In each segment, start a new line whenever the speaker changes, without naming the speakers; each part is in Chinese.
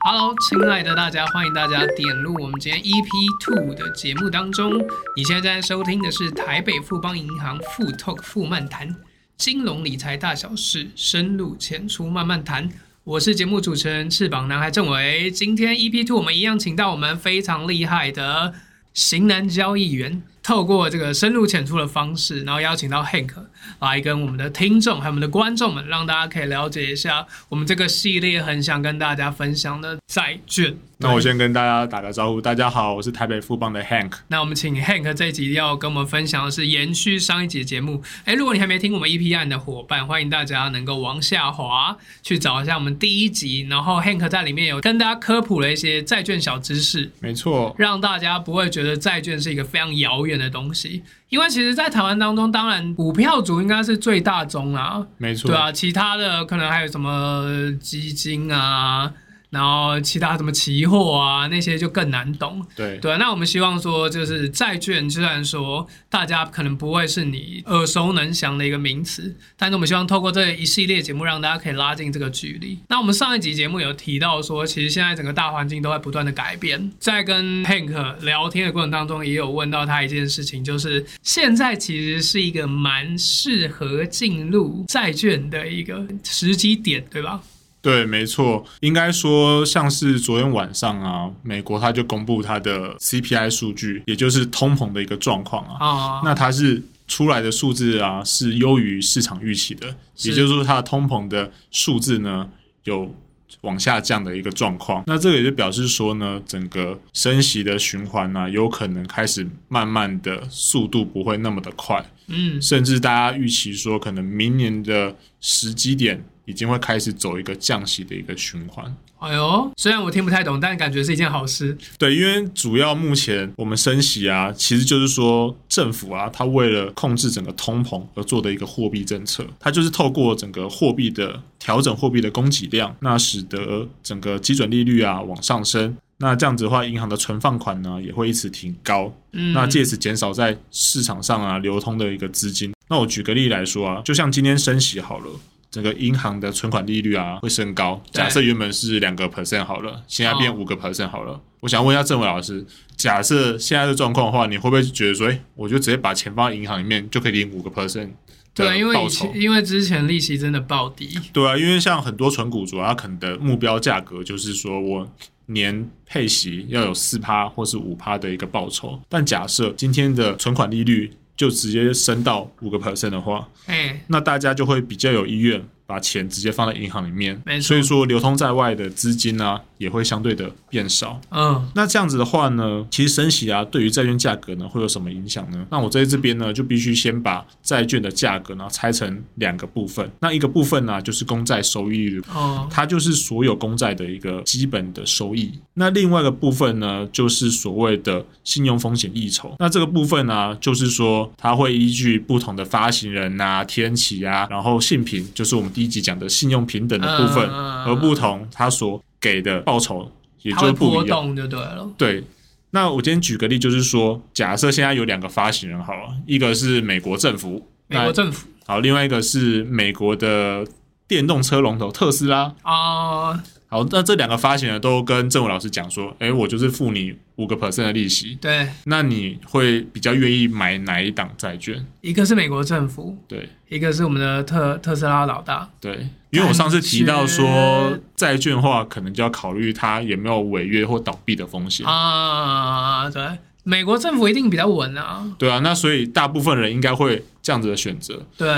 Hello，亲爱的大家，欢迎大家点入我们今天 EP Two 的节目当中。你现在正在收听的是台北富邦银行富 Talk 富漫谈，金融理财大小事，深入浅出慢慢谈。我是节目主持人翅膀男孩郑伟。今天 EP Two 我们一样请到我们非常厉害的型男交易员，透过这个深入浅出的方式，然后邀请到 Hank 来跟我们的听众还有我们的观众们，让大家可以了解一下我们这个系列很想跟大家分享的债券。
那我先跟大家打个招呼，大家好，我是台北富邦的 Hank。
那我们请 Hank 这一集要跟我们分享的是延续上一集的节目。哎，如果你还没听我们 EP 案的伙伴，欢迎大家能够往下滑去找一下我们第一集，然后 Hank 在里面有跟大家科普了一些债券小知识，
没错，
让大家不会觉得债券是一个非常遥远的东西。因为其实，在台湾当中，当然股票族应该是最大宗啦，
没错，
对啊，其他的可能还有什么基金啊，然后其他什么期货啊，那些就更难懂。
对，
对，啊那我们希望说，就是债券，虽然说大家可能不会是你耳熟能详的一个名词，但是我们希望透过这一系列节目，让大家可以拉近这个距离。那我们上一集节目有提到说，其实现在整个大环境都在不断的改变。在跟 Hank 聊天的过程当中，也有问到他一件事情，就是现在其实是一个蛮适合进入债券的一个时机点，对吧？
对，没错，应该说像是昨天晚上啊，美国它就公布它的 CPI 数据，也就是通膨的一个状况啊。
啊、
那它是出来的数字啊，是优于市场预期的，
是
也就是说它的通膨的数字呢有往下降的一个状况。那这个也就表示说呢，整个升息的循环呢、有可能开始慢慢的速度不会那么的快。
嗯，
甚至大家预期说，可能明年的时机点已经会开始走一个降息的一个循环。
哎呦，虽然我听不太懂，但感觉是一件好事。
对，因为主要目前我们升息啊，其实就是说政府啊，它为了控制整个通膨而做的一个货币政策，它就是透过整个货币的调整货币的供给量，那使得整个基准利率啊往上升。那这样子的话，银行的存放款呢也会一直挺高，
嗯，
那借此减少在市场上啊流通的一个资金。那我举个例来说啊，就像今天升息好了。整个银行的存款利率啊会升高，
对
假设原本是两个 percent 好了，现在变
哦
五个 percent 好了。我想问一下郑伟老师，假设现在的状况的话，你会不会觉得说，哎、我就直接把钱放在银行里面就可以领五个 percent 的
对，因为
报
以
酬
前？因为之前利息真的暴跌，
对啊，因为像很多纯股主啊，它可能的目标价格就是说我年配息要有四趴或是五趴的一个报酬，但假设今天的存款利率就直接升到五个 percent 的话，
哎、
那大家就会比较有意愿把钱直接放在银行里面
没，错
所以说流通在外的资金呢、啊也会相对的变少。
嗯，
那这样子的话呢，其实升息啊，对于债券价格呢会有什么影响呢？那我在这边呢，就必须先把债券的价格呢拆成两个部分。那一个部分呢、就是公债收益率，
哦，
它就是所有公债的一个基本的收益。那另外一个部分呢，就是所谓的信用风险溢酬。那这个部分呢、就是说它会依据不同的发行人啊、天期啊，然后性平，就是我们第一集讲的信用平等的部分，
嗯
而不同它所给的报酬也
它会
就不
波
一样。
动就对了，
对，那我今天举个例，就是说，假设现在有两个发行人好了，一个是美国政府，
美国政府
那好，另外一个是美国的电动车龙头特斯拉。
啊、
好，那这两个发行人都跟政委老师讲说，哎，我就是付你五个 percent 的利息，
对，
那你会比较愿意买哪一档债券？
一个是美国政府，
对
一个是我们的特特斯拉老大，
对，因为我上次提到
感
说
觉，
债券的话可能就要考虑它有没有违约或倒闭的风险。
啊、对，美国政府一定比较稳啊，
对啊，那所以大部分人应该会这样子的选择。
对，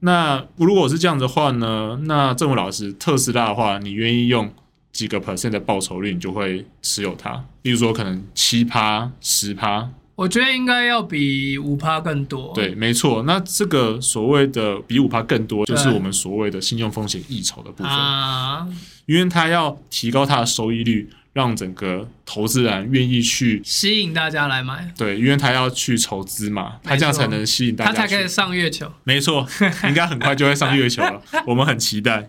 那如果是这样的话呢？那郑伟老师，特斯拉的话，你愿意用几个 percent 的报酬率，你就会持有它？例如说，可能七趴、十趴，
我觉得应该要比五趴更多，，
对，没错。那这个所谓的比五趴更多，就是
对
我们所谓的信用风险溢酬的部分，
啊，
因为它要提高它的收益率，让整个投资人愿意去。
吸引大家来买，
对，因为他要去筹资嘛，他这样才能吸引大
它
家。
才可以上月球，
没 错，应该很快就会上月球了，我们很期待。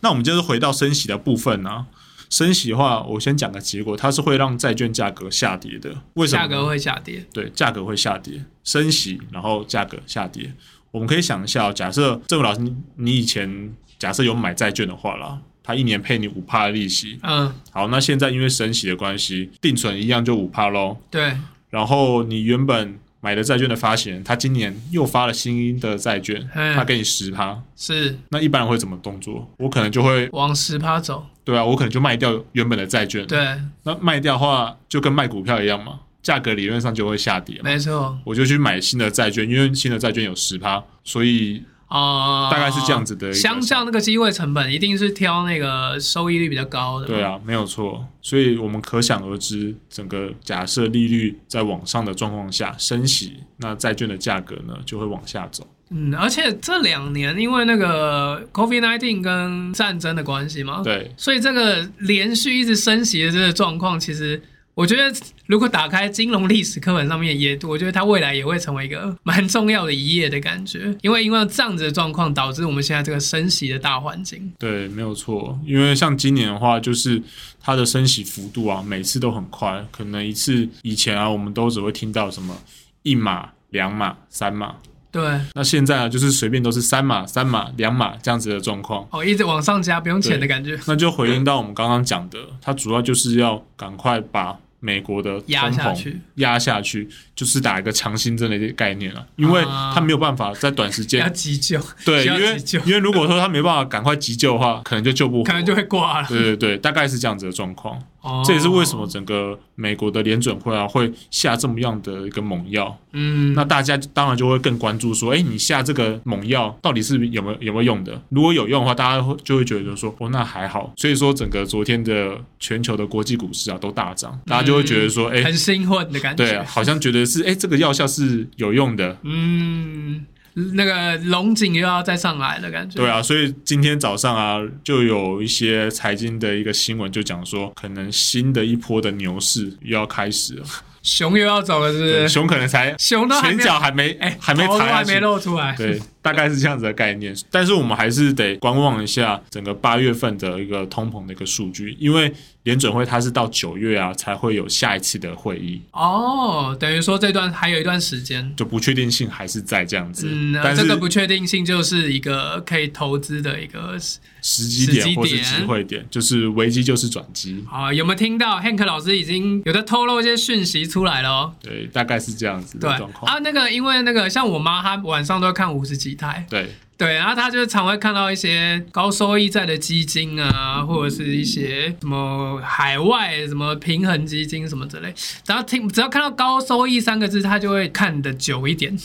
那我们就是回到升息的部分啊。升息的话，我先讲个结果，它是会让债券价格下跌的。为什
价
么呢？
格会下跌，
对价格会下跌，升息然后价格下跌。我们可以想一下哦、假设政府老师你你以前假设有买债券的话啦，它一年配你五趴的利息。
嗯，
好，那现在因为升息的关系，定存一样就五趴喽。
对，
然后你原本买的债券的发行人，他今年又发了新的债券，
嗯
他给你十趴。
是
那一般人会怎么动作？我可能就会，
往十趴走。
对啊，我可能就卖掉原本的债券。
对，
那卖掉的话，就跟卖股票一样嘛，价格理论上就会下跌嘛。
没错。
我就去买新的债券，因为新的债券有十趴，所以
哦、
大概是这样子的一个
相较那个机会成本，一定是挑那个收益率比较高的。
对，啊，没有错。所以我们可想而知，整个假设利率在往上的状况下升息，那债券的价格呢就会往下走。
嗯，而且这两年因为那个 COVID nineteen 跟战争的关系嘛，
对，
所以这个连续一直升息的这个状况，其实我觉得如果打开金融历史课本上面也，我觉得它未来也会成为一个蛮重要的一页的感觉，因为因为这样子的状况导致我们现在这个升息的大环境。
对，没有错。因为像今年的话，就是它的升息幅度啊，每次都很快，可能一次以前啊，我们都只会听到什么一码、两码、三码，
对，
那现在啊，就是随便都是三码、三码、两码这样子的状况。
哦，一直往上加不用钱的感觉。
那就回应到我们刚刚讲的，它主要就是要赶快把美国的通
压下
膨
去，
压下去，就是打一个强心针的一个概念了、因为
啊
它没有办法在短时
要
间
急救，
对，
需
因
要
为
急救
因为如果说它没办法赶快急救的话，可能就救不活，
可能就会 挂了。
对对对，大概是这样子的状况。
哦
这也是为什么整个美国的联准会啊会下这么样的一个猛药，
嗯，
那大家当然就会更关注说，哎，你下这个猛药到底是有没有有没有用的？如果有用的话，大家会就会觉得说，哦，那还好。所以说，整个昨天的全球的国际股市啊都大涨，大家就会觉得说，哎、
很兴奋的感觉。
对啊，好像觉得是哎这个药效是有用的。
嗯，那个龙井又要再上来的感觉。
对啊，所以今天早上啊，就有一些财经的一个新闻，就讲说，可能新的一波的牛市又要开始了。
熊又要走了，是不
对
是？
熊可能才
熊都还
前
没
脚还没
哎，
还没
头都
踩下
还
去
没露出来。
对，大概是这样子的概念。但是我们还是得观望一下整个八月份的一个通膨的一个数据，因为联准会它是到九月啊才会有下一次的会议，
哦，等于说这段还有一段时间。
就不确定性还是在这样子。
嗯，呃
但
这
是
个不确定性就是一个可以投资的一个
时机
时机
点或是
点
机会点，就是危机就是转机。
啊，有没有听到 Hank 老师已经有在透露一些讯息出来了哦？
对，大概是这样子
对
的状况。
啊，那个因为那个像我妈，她晚上都要看五十几台，
对，
对，然后他就常会看到一些高收益债的基金
嗯
啊，或者是一些什么海外什么平衡基金什么之类。然后听只要看到高收益三个字，他就会看的久一 点，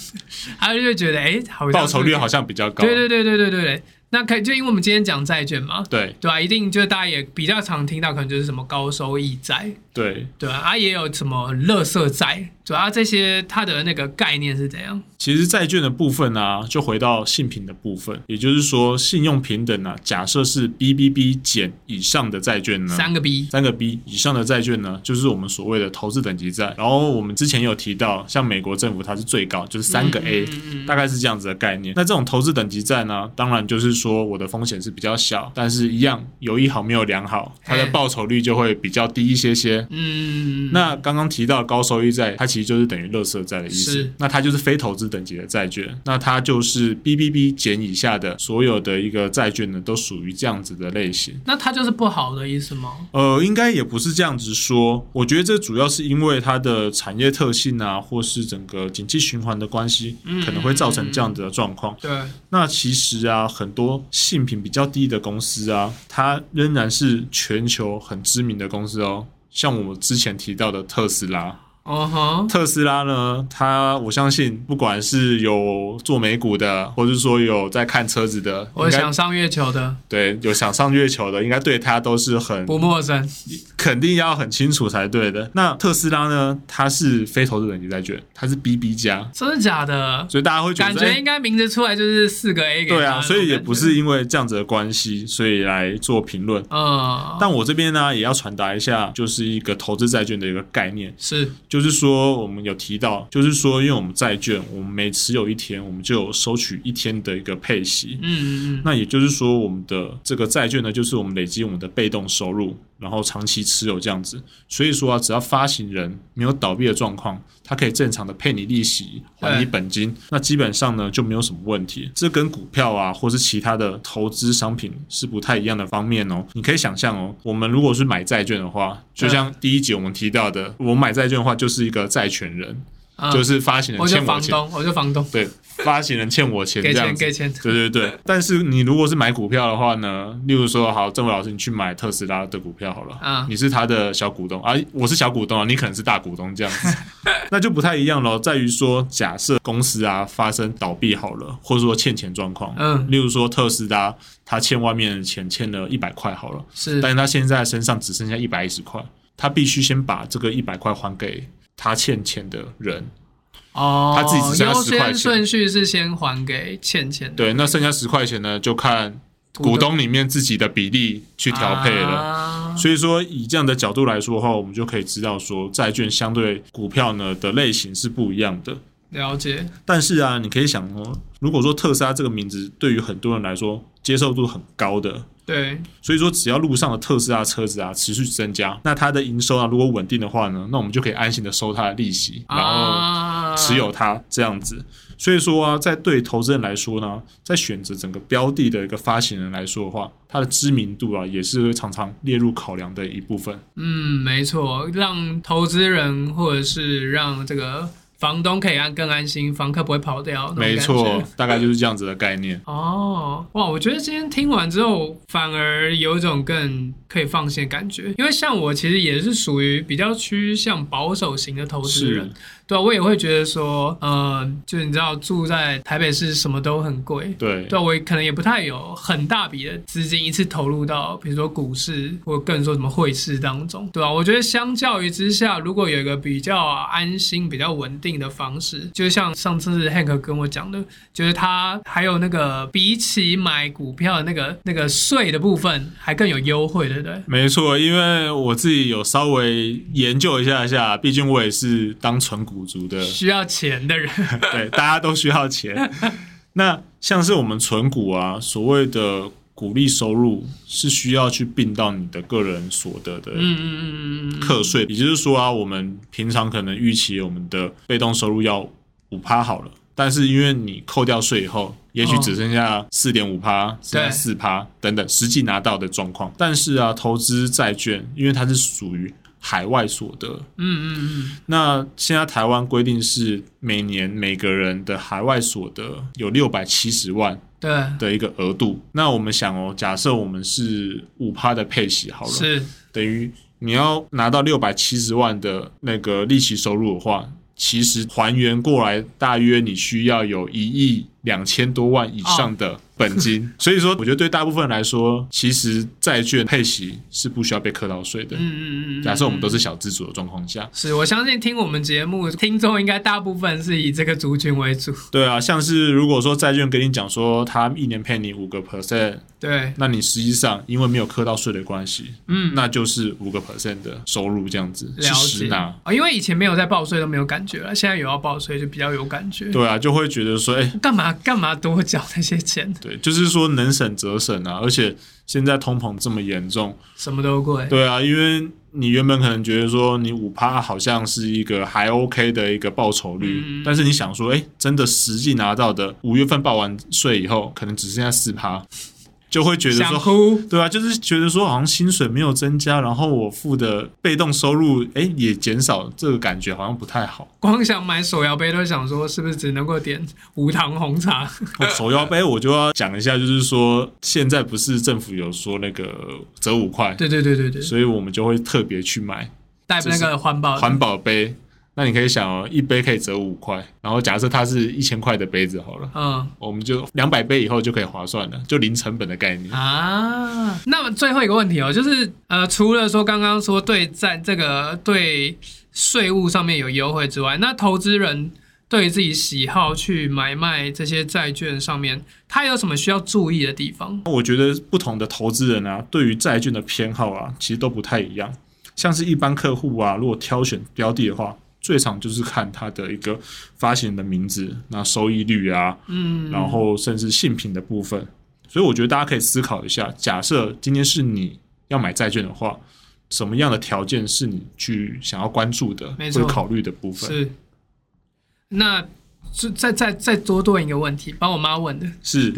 他就会觉得哎，诶好像
报酬率
是
好像比较高。啊
对对对对对对对。那可以就因为我们今天讲债券嘛，
对
对吧、啊一定就是大家也比较常听到，可能就是什么高收益债，
对
对吧、啊？也有什么垃圾债，主要、这些它的那个概念是怎样？
其实债券的部分啊，就回到信评的部分，也就是说，信用平等啊，假设是 BBB 减以上的债券呢，
三个 B，
三个 B 以上的债券呢，就是我们所谓的投资等级债。然后我们之前有提到，像美国政府它是最高，就是三
嗯
个 A，、大概是这样子的概念。那这种投资等级债呢，当然就是说我的风险是比较小，但是一样有一好没有两好，它的
嘿
报酬率就会比较低一些些。
嗯，
那刚刚提到高收益债，它其实就是等于垃圾债的意思
是。
那它就是非投资等级的债券，那它就是 BBB 减以下的所有的一个债券呢，都属于这样子的类型。
那它就是不好的意思吗？
呃，应该也不是这样子说。我觉得这主要是因为它的产业特性啊，或是整个景气循环的关系，
嗯
可能会造成这样子的状况。
对，
那其实啊，很多性品比较低的公司啊，它仍然是全球很知名的公司哦。像我之前提到的特斯拉，
哦哼，
特斯拉呢，它我相信不管是有做美股的，或是说有在看车子的，
我
应该
想上月球的
对有想上月球的，应该对它都是很
不陌生，
肯定要很清楚才对的。那特斯拉呢？它是非投资等级债券，它是 BB 加，
真的假的？
所以大家会觉得
感
哎
觉应该名字出来就是四个 A 给他
对啊，
那种
所以也
感觉
不是因为这样子的关系，所以来做评论。
嗯，
但我这边呢，也要传达一下，就是一个投资债券的一个概念，
是
就是说我们有提到，就是说因为我们债券，我们每持有一天，我们就有收取一天的一个配息。
嗯嗯嗯
那也就是说，我们的这个债券呢，就是我们累积我们的被动收入。然后长期持有这样子。所以说啊，只要发行人没有倒闭的状况，它可以正常的配你利息，还
对
你本金，那基本上呢就没有什么问题。这跟股票啊，或是其他的投资商品是不太一样的方面哦。你可以想象哦，我们如果是买债券的话，就像第一集我们提到的，我买债券的话就是一个债权人，
啊
哦就是发行人
我就
欠
房
我钱，
东，我就房东，
对，发行人欠我钱这
给
样
钱
子。
给钱，
对对对，但是你如果是买股票的话呢，例如说，好，郑伟老师，你去买特斯拉的股票好了，
啊
你是他的小股东啊，我是小股东啊，你可能是大股东这 样子，那就不太一样咯，在于说，假设公司啊发生倒闭好了，或者说欠钱状况，
嗯
例如说特斯拉，他欠外面的钱欠了一百块好了，
是
但是他现在身上只剩下一百一十块，他必须先把这个一百块还给他欠钱的人，
哦，
他自己只剩下
优
10块钱
先顺序是先还给倩倩的
对，那剩下十块钱呢，就看股东里面自己的比例去调配了。
啊
所以说，以这样的角度来说的话，我们就可以知道说，债券相对股票呢的类型是不一样的。
了解，
但是啊，你可以想哦，如果说特斯拉这个名字对于很多人来说接受度很高的，
对，
所以说只要路上的特斯拉车子啊持续增加，那它的营收啊如果稳定的话呢，那我们就可以安心的收它的利息，然后
啊
持有它这样子。所以说啊，在对投资人来说呢，在选择整个标的的一个发行人来说的话，它的知名度啊，也是会常常列入考量的一部分。
嗯，没错，让投资人或者是让这个房东可以安更安心，房客不会跑掉。那种
没
感
错
觉。，
大概就是这样子的概念。
哦，哇！我觉得今天听完之后，反而有一种更可以放心的感觉，因为像我其实也是属于比较趋向保守型的投资人
是，
对啊，我也会觉得说，呃，就是你知道住在台北市什么都很贵，
对，
对啊，我也可能也不太有很大笔的资金一次投入到，比如说股市或更说什么汇市当中，对吧、我觉得相较于之下，如果有一个比较安心、比较稳定的方式，就像上次 Hank 跟我讲的，就是他还有那个比起买股票的那个那个税的部分，还更有优惠，对不对？
没错，因为我自己有稍微研究一下下，毕竟我也是当纯股 族的，
需要钱的人，
对，大家都需要钱。那像是我们存股啊，所谓的股利收入是需要去并到你的个人所得的
嗯嗯嗯嗯嗯，
课税，也就是说啊，我们平常可能预期我们的被动收入要五趴好了，但是因为你扣掉税以后，也许
哦
只剩下四点五趴，剩下四趴等等，实际拿到的状况。但是啊，投资债券因为它是属于海外所得，
嗯嗯嗯，
那现在台湾规定是每年每个人的海外所得有六百七十万
对，
的一个额度。那我们想哦，假设我们是五趴的配息好了，
是
等于你要拿到六百七十万的那个利息收入的话，其实还原过来大约你需要有一亿两千多万以上的本金。 所以说，我觉得对大部分人来说，其实债券配息是不需要被课到税的。
嗯嗯嗯嗯，
假设我们都是小资主的状况下，
是我相信听我们节目听众应该大部分是以这个族群为 主，
对啊，像是如果说债券跟你讲说它一年配你五个 percent，
对，
那你实际上因为没有课到税的关系，
嗯，
那就是五个 percent 的收入这样子，
了
是实
解
拿。
哦，因为以前没有在报税都没有感觉了，现在有要报税就比较有感觉。
对啊，就会觉得说，哎、
干嘛干嘛多缴那些钱，
对，就是说能省则省啊，而且现在通膨这么严重，
什么都贵。
对啊，因为你原本可能觉得说你五趴好像是一个还 OK 的一个报酬率，
嗯
但是你想说，哎，真的实际拿到的五月份报完税以后，可能只剩下四趴，就会觉得
想
说。
哭，
对啊，就是觉得说好像薪水没有增加，然后我付的被动收入哎也减少，这个感觉好像不太好。
光想买手摇杯都想说是不是只能够点无糖红茶？
哦手摇杯我就要讲一下，就是说现在不是政府有说那个折五块，
对对对对对，
所以我们就会特别去买
带那个环保的
环保杯。那你可以想哦，一杯可以折五块，然后假设它是一千块的杯子好了，
嗯
我们就两百杯以后就可以划算了，就零成本的概念。
啊，那么最后一个问题哦，就是呃，除了说刚刚说对在这个对税务上面有优惠之外，那投资人对自己喜好去买卖这些债券上面，他有什么需要注意的地方？
我觉得不同的投资人啊，对于债券的偏好啊，其实都不太一样。像是一般客户啊，如果挑选标的的话，最常就是看它的一个发行人的名字、那收益率啊，
嗯，
然后甚至性品的部分。所以我觉得大家可以思考一下，假设今天是你要买债券的话，什么样的条件是你去想要关注的，
没
会
错
考虑的部分。
是。那就再再再多问一个问题，帮我妈问的，
是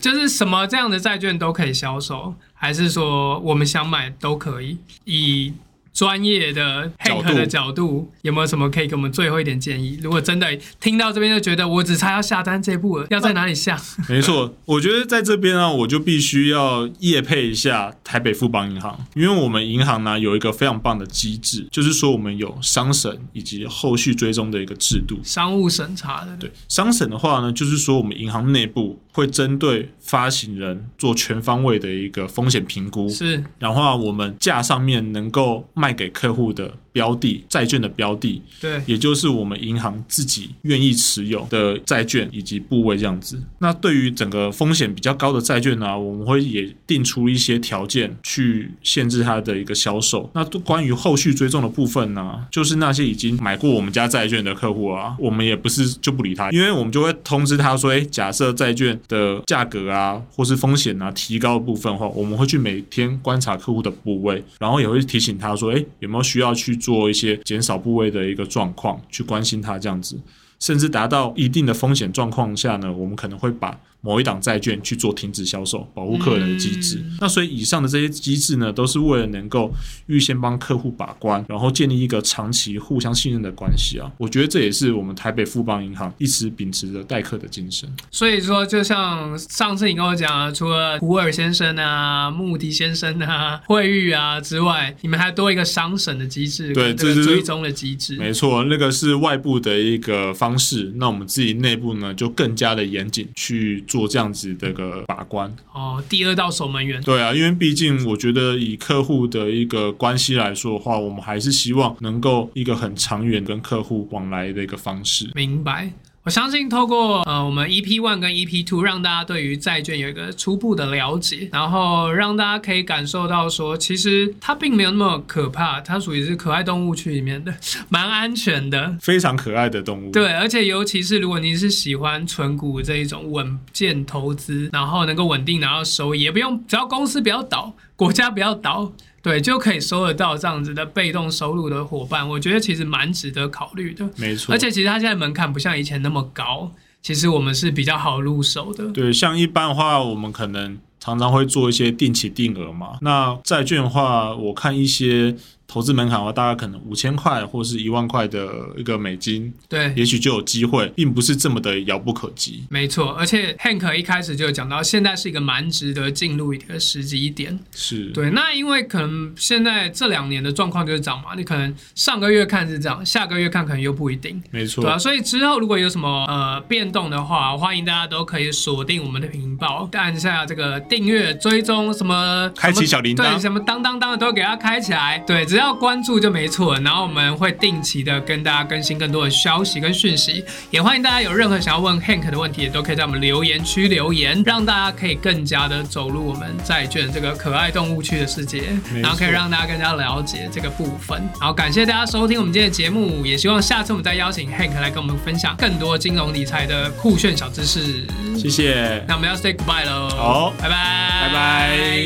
就是什么这样的债券都可以销售，还是说我们想买都可以？以专业的 Hank
角度
的角度，有没有什么可以给我们最后一点建议？如果真的听到这边就觉得我只差要下单这一步了，要在哪里下？
没错，我觉得在这边啊，我就必须要业配一下台北富邦银行，因为我们银行呢有一个非常棒的机制，就是说我们有商审以及后续追踪的一个制度。
商务审查的，
对商审的话呢，就是说我们银行内部会针对发行人做全方位的一个风险评估，
是
然后啊我们价上面能够卖给客户的标的、债券的标的，
对，
也就是我们银行自己愿意持有的债券以及部位这样子。那对于整个风险比较高的债券呢、我们会也定出一些条件去限制它的一个销售。那关于后续追踪的部分呢、就是那些已经买过我们家债券的客户啊，我们也不是就不理他，因为我们就会通知他说，哎，假设债券的价格啊，或是风险啊提高的部分的话，我们会去每天观察客户的部位，然后也会提醒他说，哎，有没有需要去做一些减少部位的一个状况，去关心他这样子。甚至达到一定的风险状况下呢，我们可能会把某一档债券去做停止销售，保护客人的机制。那所以以上的这些机制呢，都是为了能够预先帮客户把关，然后建立一个长期互相信任的关系啊。我觉得这也是我们台北富邦银行一直秉持着待客的精神。
所以说，就像上次你跟我讲啊，除了胡尔先生啊、穆迪先生啊、惠誉啊之外，你们还多一个商审的机制，
对
跟这
这
个
就是
追踪的机制，
没错，那个是外部的一个方式，那我们自己内部呢就更加的严谨去做这样子的一个把关。
哦，第二道守门员，
对啊，因为毕竟我觉得以客户的一个关系来说的话，我们还是希望能够一个很长远跟客户往来的一个方式。
明白。我相信透过呃我们 EP One 跟 EP Two，让大家对于债券有一个初步的了解，然后让大家可以感受到说，其实它并没有那么可怕，它属于是可爱动物区里面的， 蛮安全的。
非常可爱的动物，
对，而且尤其是如果你是喜欢纯股这一种稳健投资，然后能够稳定拿到收益，也不用只要公司不要倒，国家不要倒，对，就可以收得到这样子的被动收入的伙伴，我觉得其实蛮值得考虑的。
没错。
而且其实它现在门槛不像以前那么高，其实我们是比较好入手的。
对，像一般的话，我们可能常常会做一些定期定额嘛。那债券的话，我看一些投资门槛的话，大概可能五千块或是一万块的一个美金，
对，
也许就有机会，并不是这么的遥不可及。
没错。而且 Hank 一开始就有讲到，现在是一个蛮值得进入一个时机点。
是，
对，那因为可能现在这两年的状况就是涨嘛，你可能上个月看是这样，下个月看可能又不一定。
没错
对。啊，所以之后如果有什么呃变动的话，欢迎大家都可以锁定我们的频道，按下这个订阅、追踪什么，
开启小铃铛
对，什么当当当的都给它开起来，对，只要关注就没错。然后我们会定期的跟大家更新更多的消息跟讯息，也欢迎大家有任何想要问 Hank 的问题，也都可以在我们留言区留言，让大家可以更加的走入我们债券这个可爱动物区的世界，
没错
然后可以让大家更加了解这个部分。好，感谢大家收听我们今天的节目，也希望下次我们再邀请 Hank 来跟我们分享更多金融理财的酷炫小知识。
谢谢，
那我们要 say goodbye 喽，
好
拜拜，
拜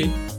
拜。